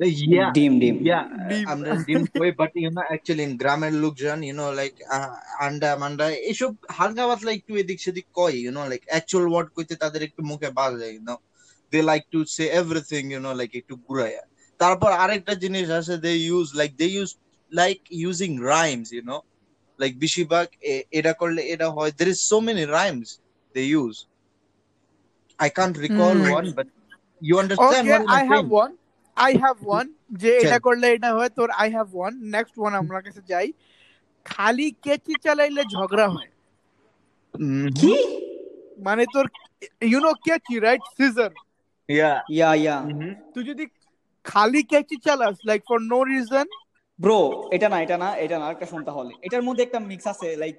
Like, yeah, ডিম ডিম yeah. ডিম আমরা ডিম কই but you know actually in গ্রামের লোকজন you know like uh, আন্ডা মান্ডা এসব হালকা পাতলা একটু এদিক সেদিক কয় you know like actual word কইতে তাদের একটু মুখে বাজ যায় you know they like to say everything you know like একটু ঘুরাইয়া তারপর আরেকটা জিনিস আছে they use like they use like using rhymes you know like বেশিরভাগ এ- এটা করলে এটা হয় there is so many rhymes they use I can't recall Hmm. one but you understand Okay, what I'm I have saying one. I have one. যে এটা Tell. করলে এটা হয় তোর I have one. Next one আমরা কাছে যাই। খালি কেচি চালাইলে ঝগড়া হয়। Mhm. কি মানে তোর ইউ নো কেচি right scissor yeah yeah yeah Mhm. তুই যদি খালি কেচি চালাস like for no reason bro এটা না এটা না এটা না আরেকটা শুনতে হলে এটার মধ্যে একটা মিক্স আছে লাইক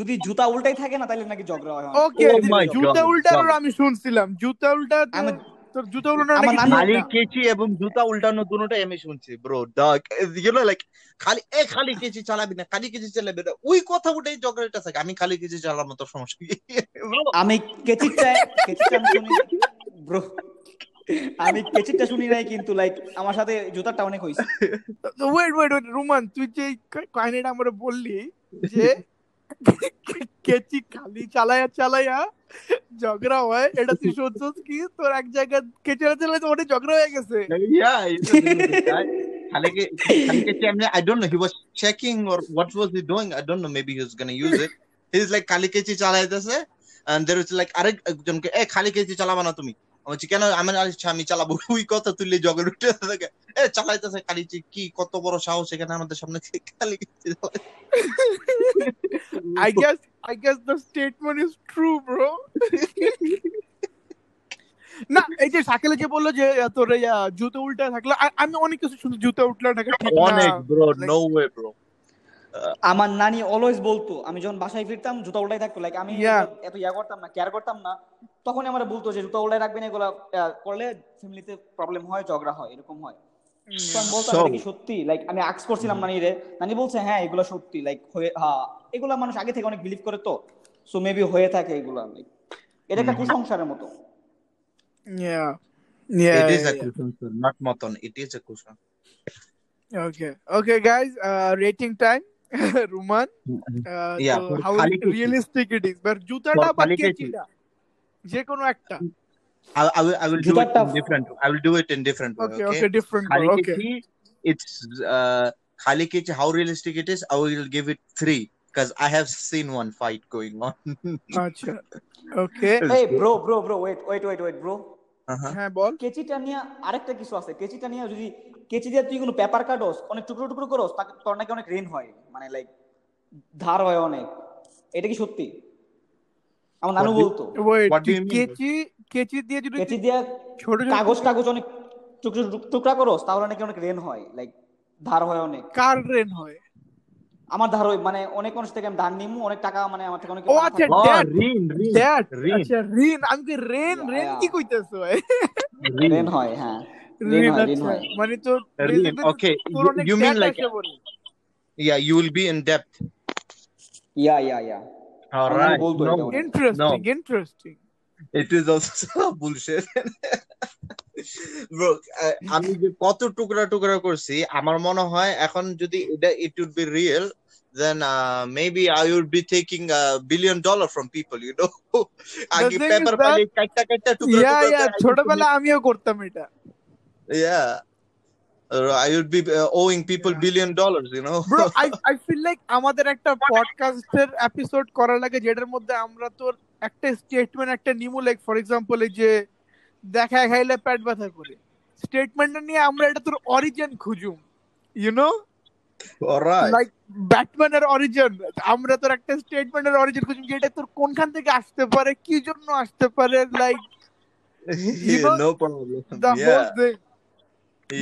যদি জুতা উল্টাই থাকে না তাহলে নাকি ঝগড়া হয় অনেক। ওকে Oh এরকম my ঝগড়া। জুতা god, উল্টানোর god. আমি শুনছিলাম জুতা উল্টা আমার- তোর জুতা উল্টানো আমার নাকি নানি ঠিক খালি না কেচি এবং জুতা উল্টানো দুটোটাই আমি শুনছি ব্রো ডাক ইউ নো লাইক খালি এ খালি কেচি চালাবি না খালি কেচি চালাবি না ওই কথা উঠেই ঝগড়াটা থাকে আমি খালি কেচি চালার মতো সমস্যা কি ব্রো আমি কেচিটটা কেচিটটা আমি শুনি ব্রো আমি কেচিটটা শুনি নাই কিন্তু লাইক আমার সাথে জুতাটা অনেক হয়েছে ওয়েট ওয়েট ওয়েট রুমান তুই যে কা- কাহিনীটা আমরা বললি যে কেচি খালি চালায়া চালায়া ঝগড়া হয় এটা তুই শুনছিস কি তোর এক জায়গায় কেচি চালাই তো ওটা ঝগড়া হয়ে গেছে yeah you know, there was a guy খালি কে- খালি কেচি আমি i don't know he was checking or what was he doing i don't know maybe he was gonna use it he's like খালি কেচি চালাইতেছে and there was like আরেক একজনকে এ খালি কেচি চালাবা না তুমি আমি বলছি, কেন আমি না, আচ্ছা, আমি চালাবো ওই কথা তুললে জগের উঠে থাকে এ চালাইতেছে খালি যে কি কত বড় সাহস এখানে আমাদের সামনে থেকে খালি কেচি চালাইতেছে। I guess I guess the statement is true, bro. না এই যে সাকেলে যে বললো যে আহ, তোর এই, আহ, জুতো উল্টা থাকলো আ- আমি অনেক কিছু শুনি জুতো উল্টা থাকা ঠিক না অনেক bro Like, no way bro Uh, আমার নানি অলওয়েজ বলতো আমি যখন বাসায় ফিরতাম জুতা উল্টাই থাকতো লাইক আমি yeah. এগুলো এত ইয়া করতাম না কেয়ার করতাম না তখন আমার বলতো যে জুতা উল্টাই রাখবেন এগুলো আহ, করলে ফ্যামিলিতে প্রবলেম হয় ঝগড়া হয় এরকম হয় তো আমি বলতাম so Mm. এটা কি সত্যি লাইক আমি আক্স করছিলাম নানি রে নানি বলছে হ্যাঁ এগুলো সত্যি লাইক হয়ে হ্যাঁ এগুলো মানুষ আগে থেকে অনেক বিলিভ করে তো সো মেবি হয়ে থাকে এগুলো লাইক এটা একটা mhm. কুসংসারের মতো Yeah. Yeah, it is yeah, a yeah. cushion sir not matan it is a cushion Okay. Okay, guys, uh, rating time. Ruman ah, yeah তো for হাউ খালি কেচি realistic it is but for জুতাটা বা খালি কেচি কেচিটা যে কোনো একটা I, I will I will do it জুতাটা in different. I will do it in different way. Okay Okay. Okay different কর okay Khalikichi, it's uh Khalikichi, how realistic it is. I will give it three because I have seen one fight going on. আচ্ছা ওকে It's এই good. Bro bro bro wait wait wait wait bro Uh-huh. হ্যাঁ বল কেচিটা নিয়ে আরেকটা কিছু আছে কেচিটা নিয়ে যদি কেচি দিয়ে তুই কোনো পেপার কাটস অনেক টুকরো টুকরো করস তাকে তোর নাকি অনেক ঋণ হয় মানে লাইক ধার হয় অনেক এটা কি সত্যি আমার নানু What do you, বলতো ওয়েট What do তুই you mean? bro? কেচি কেচি দিয়ে যদি কেচি তুই দিয়ে ছোট ছোট কাগজ টুকরো টাগজ অনেক টুকরো টুক- টুকরা করস তাহলে নাকি অনেক ঋণ হয় লাইক ধার হয় অনেক কার রেন হয় আমার ধার হয় মানে অনেক মানুষ থেকে আমি ধার নিমু অনেক টাকা মানে আমার থেকে অনেক ও টাকা আচ্ছা থাকবো Oh, that Reen, Reen, that Reen, আচ্ছা রিন আমি কি রেন ইয়া রেন ইয়া কি কইতেছো ঋণ Reen, হয় হ্যাঁ ঋণ রিন হয় ঋণ আচ্ছা হয় মানে তোর Reen. বেসিক্যালি Okay, তোর you, অনেক you mean ড্যাট like আসে বলে yeah, you will be in debt. Yeah yeah yeah All আমার নানু right. বলতো এটা No, অনেক interesting no, interesting it is also bullshit. Bro, আ- আমি যে কত টুকরা টুকরা করছি আমার মনে হয় এখন যদি এটা it would be real then maybe I would be taking billion dollar from people you know the আগে থিং ইজ পেপার দ্যাট পালি কাটটা কাটটা টুকরা ইয়া টুকরা ইয়া করে আই ইউড টু ছোটবেলা আমিও করতাম এটা yeah I would be owing people Yeah. Billion dollars you know bro I I feel like আমাদের একটা পডকাস্টের এপিসোড করা লাগে যেটার মধ্যে আমরা তোর একটা স্টেটমেন্ট একটা নিমু লাইক ফর এক্সাম্পল এই যে দেখা খাইলে পেট ব্যথা করে স্টেটমেন্টটা নিয়ে আমরা এটা তোর অরিজিন খুঁজুম ইউ নো Alright. লাইক ব্যাটম্যানের অরিজিন আমরা তোর একটা স্টেটমেন্টের অরিজিন খুঁজুম যে এটা তোর কোনখান থেকে আসতে পারে কি জন্য আসতে পারে like you know, no problem. the whole Yeah. thing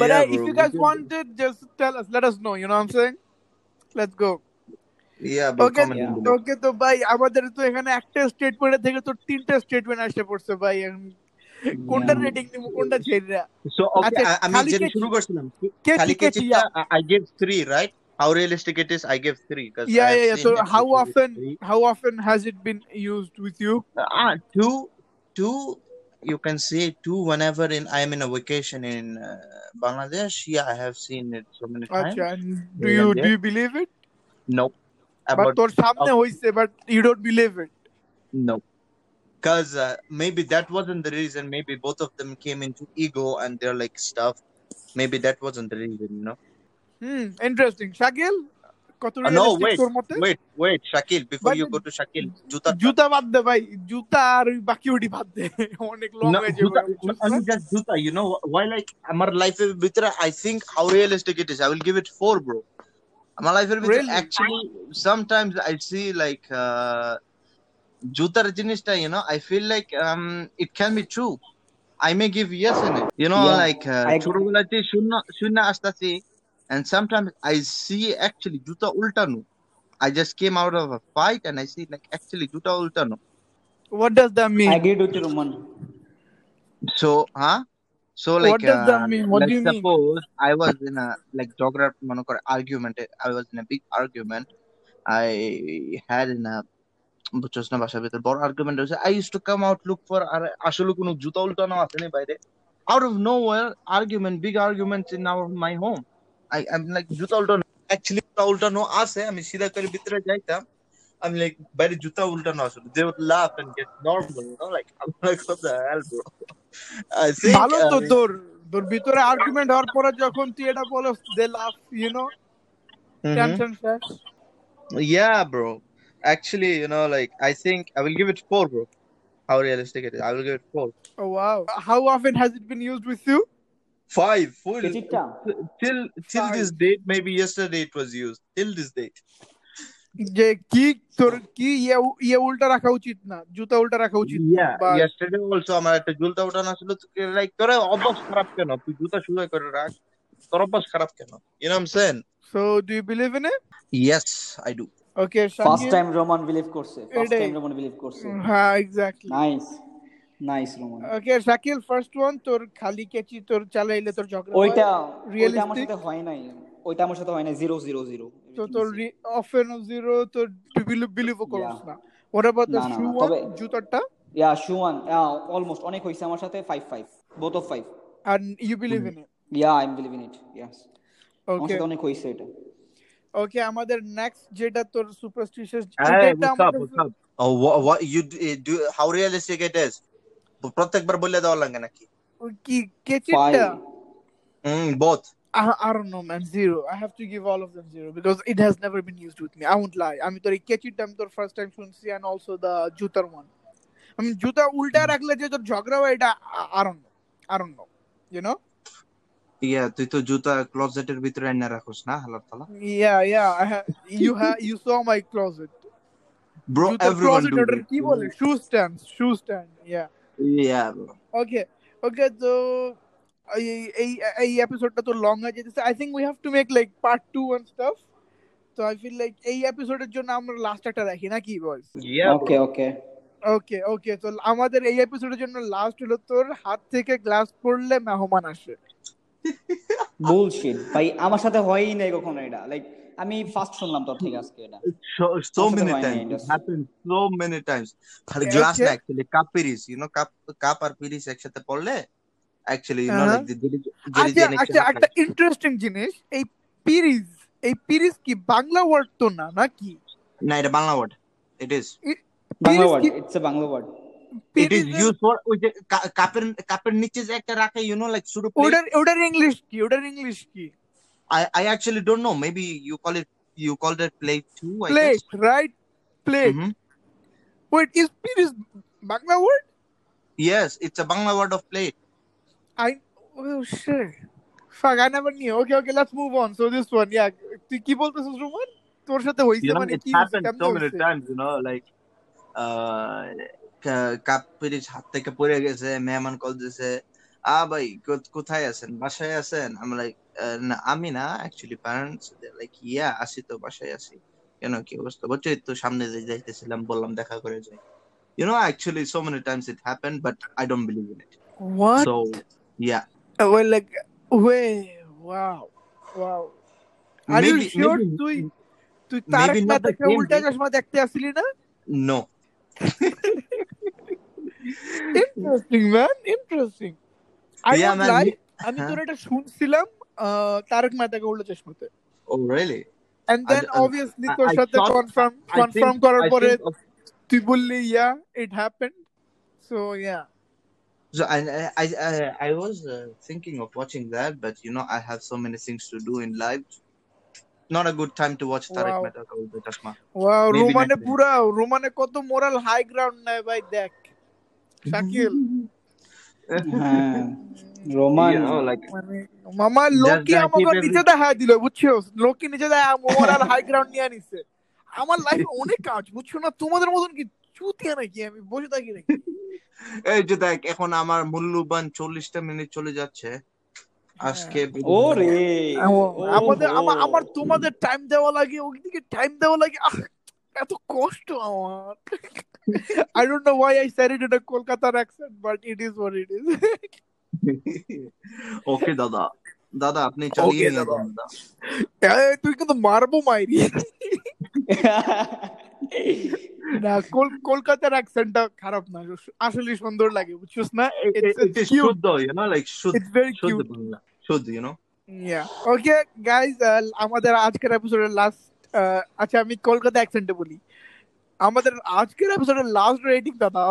but yeah, uh, bro, if you we guys can- want it just tell us let us know you know what i'm saying let's go Yeah, bro, okay comment yeah. in below. Okay তো ভাই আমাদের তো এখানে একটা statement থেকে তো তিনটা statement আসতে পড়ছে ভাই এখন কোনটা Yeah. রেটিং দিব কোনটা ছেড়ে দেয়া? So, okay, আচ্ছা, I- আমি খালি যেটা কে- শুরু করছিলাম, কে খালি কে কেচিপটা, yeah I- I gave three, right? How realistic it is, I gave three, 'cause I yeah have yeah seen so it how before with often three. How often has it been used with you Ah, two, two. You can say two whenever in I am in a vacation in uh, Bangladesh. Yeah, I have seen it so many আচ্ছা times. Do Here you and do there. You believe it No, but about তোর সামনে okay, হইছে but you don't believe it no, because uh, maybe that wasn't the reason. Maybe both of them came into ego and they're like stuff. Maybe that wasn't the reason, you know. Hmm interesting Shakil কত Uh, no, realistic wait, তোর মতে wait, uh, wait, Shakil. Before but you go to Shakil, Juta. জুতা বাদ দে ভাই জুতা আর ওই বাকি ওটি বাদ দে অনেক লং No, হয়ে যাবে Juta, বুঝছিস না only just Juta. You know why? Like, আমার life এর ভিতরে, I think how realistic it is. I will give it four, bro. আমার লাইফের ভিতরে really actually sometimes I see like uh, জুতার জিনিসটা you know I feel like um it can be true I may give yes in it you know Yeah. like uh, I agree. ছোটবেলাতে শূন্য শূন্য আসতেছি and sometimes I see actually জুতা উল্টানো I just came out of a fight and I see like actually জুতা উল্টানো what does that I mean agreed with you, Roman. so huh so What like does that uh, mean? What do like you mean? suppose I was in a like ঝগড়ার মনে কর argument I was in a big argument I had in a বুঝছস না বাসার ভিতর বড় argument হয়েছে I use to come out look for আর আসলে কোনো জুতা উল্টানো আছে নি বাইরে out of no war argument big argument in our my home I I am like জুতা উল্টানো অ্যাকচুয়ালি জুতা উল্টানো আছে আমি সিধা করে ভিতরে যাইতাম আমি লাইক বাইরে জুতা উল্টানো আসলে they would love and get normal no like I am like what the hell bro I think ভালো তো তোর তোর ভিতরে আর্গুমেন্ট হওয়ার পরে যখন তুই এটা বলো they laugh you know hmm tension শেষ yeah bro actually you know like I think I will give it four bro how realistic it is I will give it four oh wow how often has it been used with you Five full কেচিপটা till till this 5 date. Maybe yesterday it was used. Till this date. যে কি তোর কি ইয়ে ইয়ে উল্টা রাখা উচিত না জুতা উল্টা রাখা উচিত না Yeah, বা yesterday also আমার একটা জুতা উঠানো ছিল তোকে লাইক তোর অভ্যাস খারাপ কেন তুই জুতা সোজা করে রাখ তোর অভ্যাস খারাপ কেন you know what I'm saying so do you believe in it yes I do okay first Shakil time Roman believe করছে ফার্স্ট এটাই টাইম রোমান বিলিভ করছে হ্যাঁ exactly nice nice Roman okay Shakil first one তোর খালি কেচি তোর চালাইলে তোর ঝগড়া হয় ওইটা ওইটা আমার রিয়েলিস্টিক সাথে হয় নাই ওইটা আমার সাথে হয় নাই জিরো জিরো জিরো তো তোর অফেন জিরো তোর বিলিভও ইয়া করস না ওর আবার দ্য না না শু না ওয়ান তবে জুতাটা ইয়া সুমান অলমোস্ট অনেক হয়েছে আমার সাথে five five both of five are you believe in it yeah I am believe in it yes আমার ওকে সাথে অনেক হয়েছে এটা ওকে আমাদের নেক্সট যেটা তোর সুপারস্টিশিয়াস এটা Hey, একটা what's up? আমাদের What's up? Oh, what, what you do, do? How realistic it is? প্রত্যেকবার বললে দেওয়া লাগে নাকি? ওই কি ফাইভ কেচিটটা হুম, both. I, I don't know man zero I have to give all of them zero because it has never been used with me I won't lie আমি তোর এই কেচিটটা আমি তোর ফার্স্ট টাইম শুনছি and also the জুতার one আমি জুতা উল্টা রাখলে যে তোর ঝগড়া হয় এটা আর অন্য আর অন্য ইউ নো Yeah, তুই তো জুতা ক্লোজেটের ভিতরে এনে রাখোস না হালার তালা? Yeah, yeah. I ha- you ha- you saw my closet. Bro, জুতার everyone ক্লোজেট do ওটার this. কি You বলে know? Shoe stand shoe stand yeah Yeah, bro. Okay okay তো এই এই এই এপিসোডটা তো লং হয়ে যেতেছে I think we have to make like part two and stuff তো আই ফিল লাইক এই এপিসোডের জন্য আমরা লাস্ট একটা রাখি নাকি বয়স Yeah, bro. Okay okay okay okay তো আমাদের এই এপিসোডের জন্য লাস্ট হলো তোর হাত থেকে গ্লাস পড়লে মেহমান আসে বুলশিট ভাই আমার সাথে হয়ই নাই কখনো এটা লাইক আমি ফার্স্ট শুনলাম তোর থেকে আজকে এটা so so আমার সাথে many হয় নাই times it এটা happened so many times her glass okay na actually cup piris you know cup cup or piris একসাথে পড়লে actually you know হ্যাঁ like the jelly jelly আচ্ছা jan আচ্ছা একসাথে একটা ইন্টারেস্টিং জিনিস এই পিরিজ এই পিরিজ কি বাংলা ওয়ার্ড তো না নাকি না এটা Bangla word it is Bangla পিরিজ ওয়ার্ড কি it's a Bangla word it is পিরিজের used for oh, ওই যে কা- কাপের কাপের নিচে যে একটা রাখে you know like pseudo plate ওটার ওটার ইংলিশ কি ওটার ইংলিশ কি Oh I I actually don't know maybe you call it you called it plate too I guess plate right plate mm-hmm. Wait is পিরিজ Bangla word Yes, it's a Bangla word of plate. I oh shit. Fuck, I never knew. Okay, okay, let's move on. So this one, yeah. তুই কি বলতেছিস Roman তোর সাথে হইছে You know, মানে it কি হইছে কেমনে happened so many হইছে times, you know, like uh কা- কাপ পিরিচ হাত থেকে পড়ে গেছে মেহমান কল দিছে আ ভাই কো- কোথায় আছেন বাসায় আছেন আমি লাইক না আমি না অ্যাকচুয়ালি প্যারেন্টস লাইক ইয়া আসি তো বাসায় আসি কেন কি অবস্থা বলছে "এই তো সামনে যে যাইতেছিলাম বললাম দেখা করে যাই you know actually so many times it happen but I don't believe in it What? Oh, so yeah Well, like, wait, wow, wow. Are you maybe sure maybe তুই তুই Maybe Tarak not the মেহতাকে same উল্টা day. চশমা দেখতে আসলি না no interesting man interesting I yeah was man like আমি হ্যাঁ তোর এটা শুনছিলাম আহ, তারক মেহতাকে উল্টা চশমাতে ও really and I, then I, obviously I তোর I সাথে thought confirm I confirm think করার I পরে think of তুই বললি yeah it happened so yeah so I I I, I was uh, thinking of watching that, but you know I have so many things to do in life. Not a good time to watch Tarik wow Mehta Ka Ulta Chashma. Wow Maybe রোমানে next day. পুরা রোমানে কত moral high ground নেয় ভাই দেখ শাকিল হ্যাঁ Ruman you know, like মানে মামা Mm-hmm. just লোকে uh, keep আমাকে নিচে every দেখা দিল বুঝছো লোকে নিচে দেখা মোরাল হাই গ্রাউন্ড নিয়ে নিছে আমার লাইফে অনেক কাজ বুঝছো না তোমাদের মতন কি চুতিয়া নাকি আমি বসে থাকি নাকি এই যে দেখ এখন আমার মূল্যবান চল্লিশটা মিনিট চলে যাচ্ছে আজকে হ্যাঁ ও বিদায় নেব। রে আম- ও আমাদের হো আমার আমার তোমাদের টাইম দেওয়া লাগে ওইদিকে টাইম দেওয়া লাগে আহ, এত কষ্ট আমার I don't know why I said it in a কলকাতার accent but it is what it is okay দাদা দাদা আপনি চালিয়ে ওকে নিয়ে দাদা যান দাদা এই, তুই কিন্তু মারবো মাইরি না কল কলকাতার অ্যাকসেন্টটা খারাপ না আসলে সুন্দর লাগে বুঝছিস না it, it's it, it it's is cute শুদ্ধ you know like শুদ্ধ ইটস ভেরি শুদ্ধ কিউট বাংলা শুদ্ধ you know yeah okay guys uh, আমাদের আজকের এপিসোডের লাস্ট আচ্ছা আমি কলকাতা অ্যাকসেন্টে বলি আমাদের আজকের এপিসোডের লাস্ট রেটিং দাদা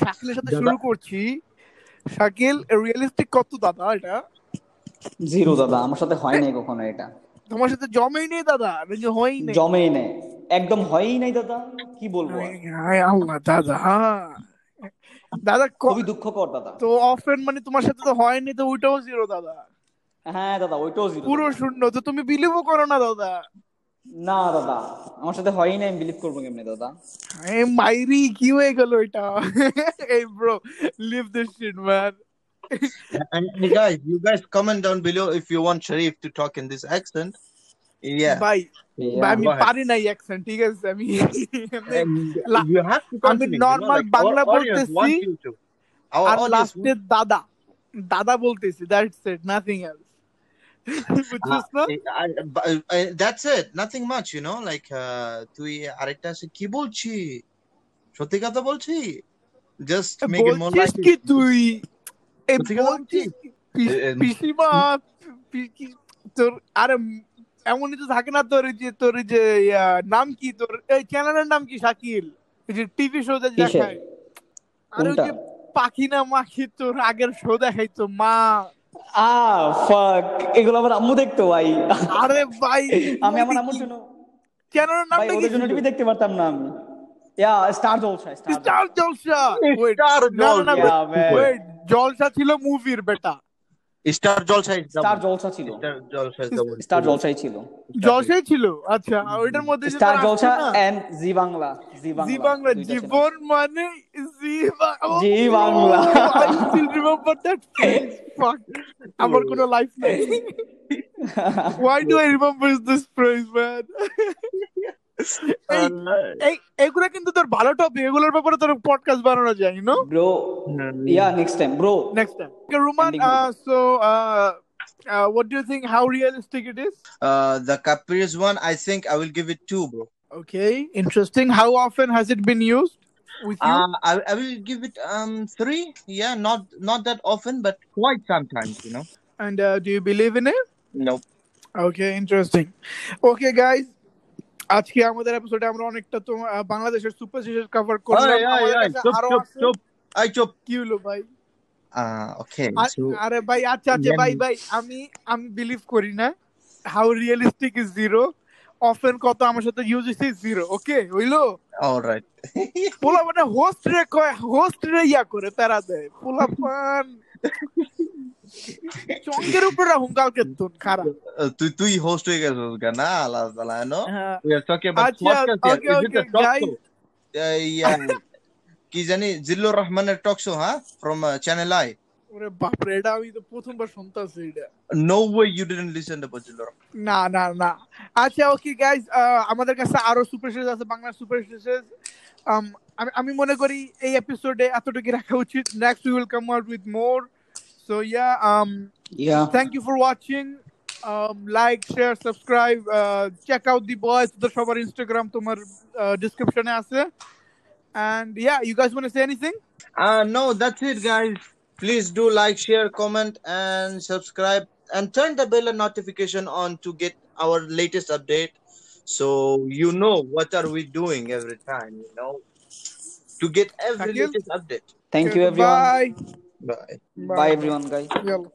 শাকিলের সাথে দাদা শুরু করছি শাকিল রিয়েলিস্টিক কত দাদা এটা জিরো দাদা আমার সাথে হয় নাই কখনো এটা তোমার সাথে জমেই নেই দাদা নাকি হয়ই নেই জমেই নেই একদম হয়ই নাই দাদা কি বলবো আর আয় আয় আল্লাহ দাদা হ্যাঁ। দাদা খুবই ক- দুঃখকর দাদা তো অফেন মানে তোমার সাথে তো হয়নি তো ওইটাও জিরো দাদা হ্যাঁ দাদা ওইটাও জিরো পুরো দাদা শূন্য তো তুমি বিলিভও করো না দাদা না দাদা আমার সাথে হয়ই নাই আমি বিলিভ করবো কেমনে দাদা এ মাইরি কি হয়ে গেল এটা এই bro leave this shit man and hey guys you guys comment down below if you want Sharif to talk in this accent yeah ভাই ভাই ইয়া আমি go ahead পারি না অ্যাকসেন্ট ঠিক আছে আমি এমনি and লা- um, you have আমি to continue you know normal like our Bangla audience বলতেছি wants you to our আর audience লাস্টে wants দাদা দাদা বলতেছি that's it nothing else uh, বুঝছিস না I, I, but, eh, uh, that's it nothing much you know like uh, তুই আরেকটা আছে কি বলছি সত্যি কথা বলছি just Eh, make it more বলছিস like it কি তুই এ সত্যি কথা বলছি বলছিস কি পিস- And- পিসিমা পি- কি তোর আরে এমনই তো থাকে না তোর এই যে তোর এই যে ইয়া, নাম কি তোর এই চ্যানেলের নাম কি শাকিল ওই যে টিভি শোতে কিসের দেখায় আরে ওই কোনটা যে পাখি না মাখি তোর আগের শো দেখাইতো মা আ ফাক এগুলো আমার আম্মু দেখতো ভাই আরে ভাই আমি বলতে আমার আম্মুর কি জন্য চ্যানেলের ভাই নামটা কি ওদের জন্য ছিল টিভি দেখতে পারতাম না আমি yeah star Jalsha star star Jalsha Jalsha wait star না না না Jalsha yeah wait man wait Jalsha ছিল মুভির বেটা star Jalsha is the star one Jalsha ছিল star Jalsha is the one two star জলসাই ছিল স্টার জলসাই ছিল আচ্ছা আর ওইটার মধ্যে যে স্টার তোর আসতো জলসা না এন্ড জি বাংলা জি জি বাংলা বাংলা দুইটা ছিল জীবন মানে জি বাংলা ও জি Bangla I still remember that phrase fuck আমার কোনো লাইফ নাই why do I remember this phrase man এই এই এগুলো কিন্তু তোর ভালো টপিক এগুলোর ব্যাপারে তোর পডকাস্ট বানানো যায় you know bro yeah next time bro next time. Okay, Ruman, ending হয়ে uh, যাবে so uh, uh, what do you think? How realistic it is? Uh, the Capri's one, I think I will give it two, bro. Okay, interesting. How often has it been used with you? Uh, I, I will give it um three. Yeah, not not that often, but quite sometimes, you know. And uh, do you believe in it? No. Okay, interesting. Okay, guys. আজকে আমাদের এপিসোডে আমরা অনেকটা তো আহ, বাংলাদেশের superstition cover করলাম Aye, aye, আমাদের aye. কাছে Chop, আচ্ছা, আরো chop, আছে chop. I chop. কি হলো ভাই Uh, okay. আর- So আরে ভাই আচ্ছা আচ্ছা yeah. ভাই ভাই আমি আমি বিলিভ করি না how realistic is zero often কত আমার সাথে ইউজিসি জিরো ওকে হইলো All right. পোলা মানে হোস্ট রে কয় হোস্ট রে ইয়া করে তারা দেয় পোলা পান চঙ্গের উপরে হুঙ্কালকে তুন খারাপ Uh, তুই তুই হোস্ট হয়ে গেছিস গা না আল্লাহ তাআলা নো হ্যাঁ উই আর টকিং অ্যাবাউট আচ্ছা, Uh-huh. okay, okay, guys. ইয়া কি জানি জিল্লুর রহমানের টক শো হ্যাঁ ফ্রম চ্যানেল আই ওরে বাপরে এটা আমি তো প্রথমবার শুনতাছি এটা no way you didn't listen to Zillur না না না আচ্ছা ওকে গাইজ আমাদের কাছে আরো সুপার সিরিজ আছে বাংলা সুপার সিরিজ Um, আমি আমি মনে করি এই এপিসোডে এতটুকু রাখা উচিত next we will come out with more so yeah um, yeah thank you for watching um, like share subscribe uh, check out the boys the show instagram tomar uh, description আছে and yeah you guys want to say anything Uh, no, that's it, guys. Please do like, share, comment, and subscribe, and turn the bell and notification on to get our latest update, so you know what are we doing every time. You know, to get every Thank you. latest update. Thank you everyone bye Bye. Bye everyone guys Yalla.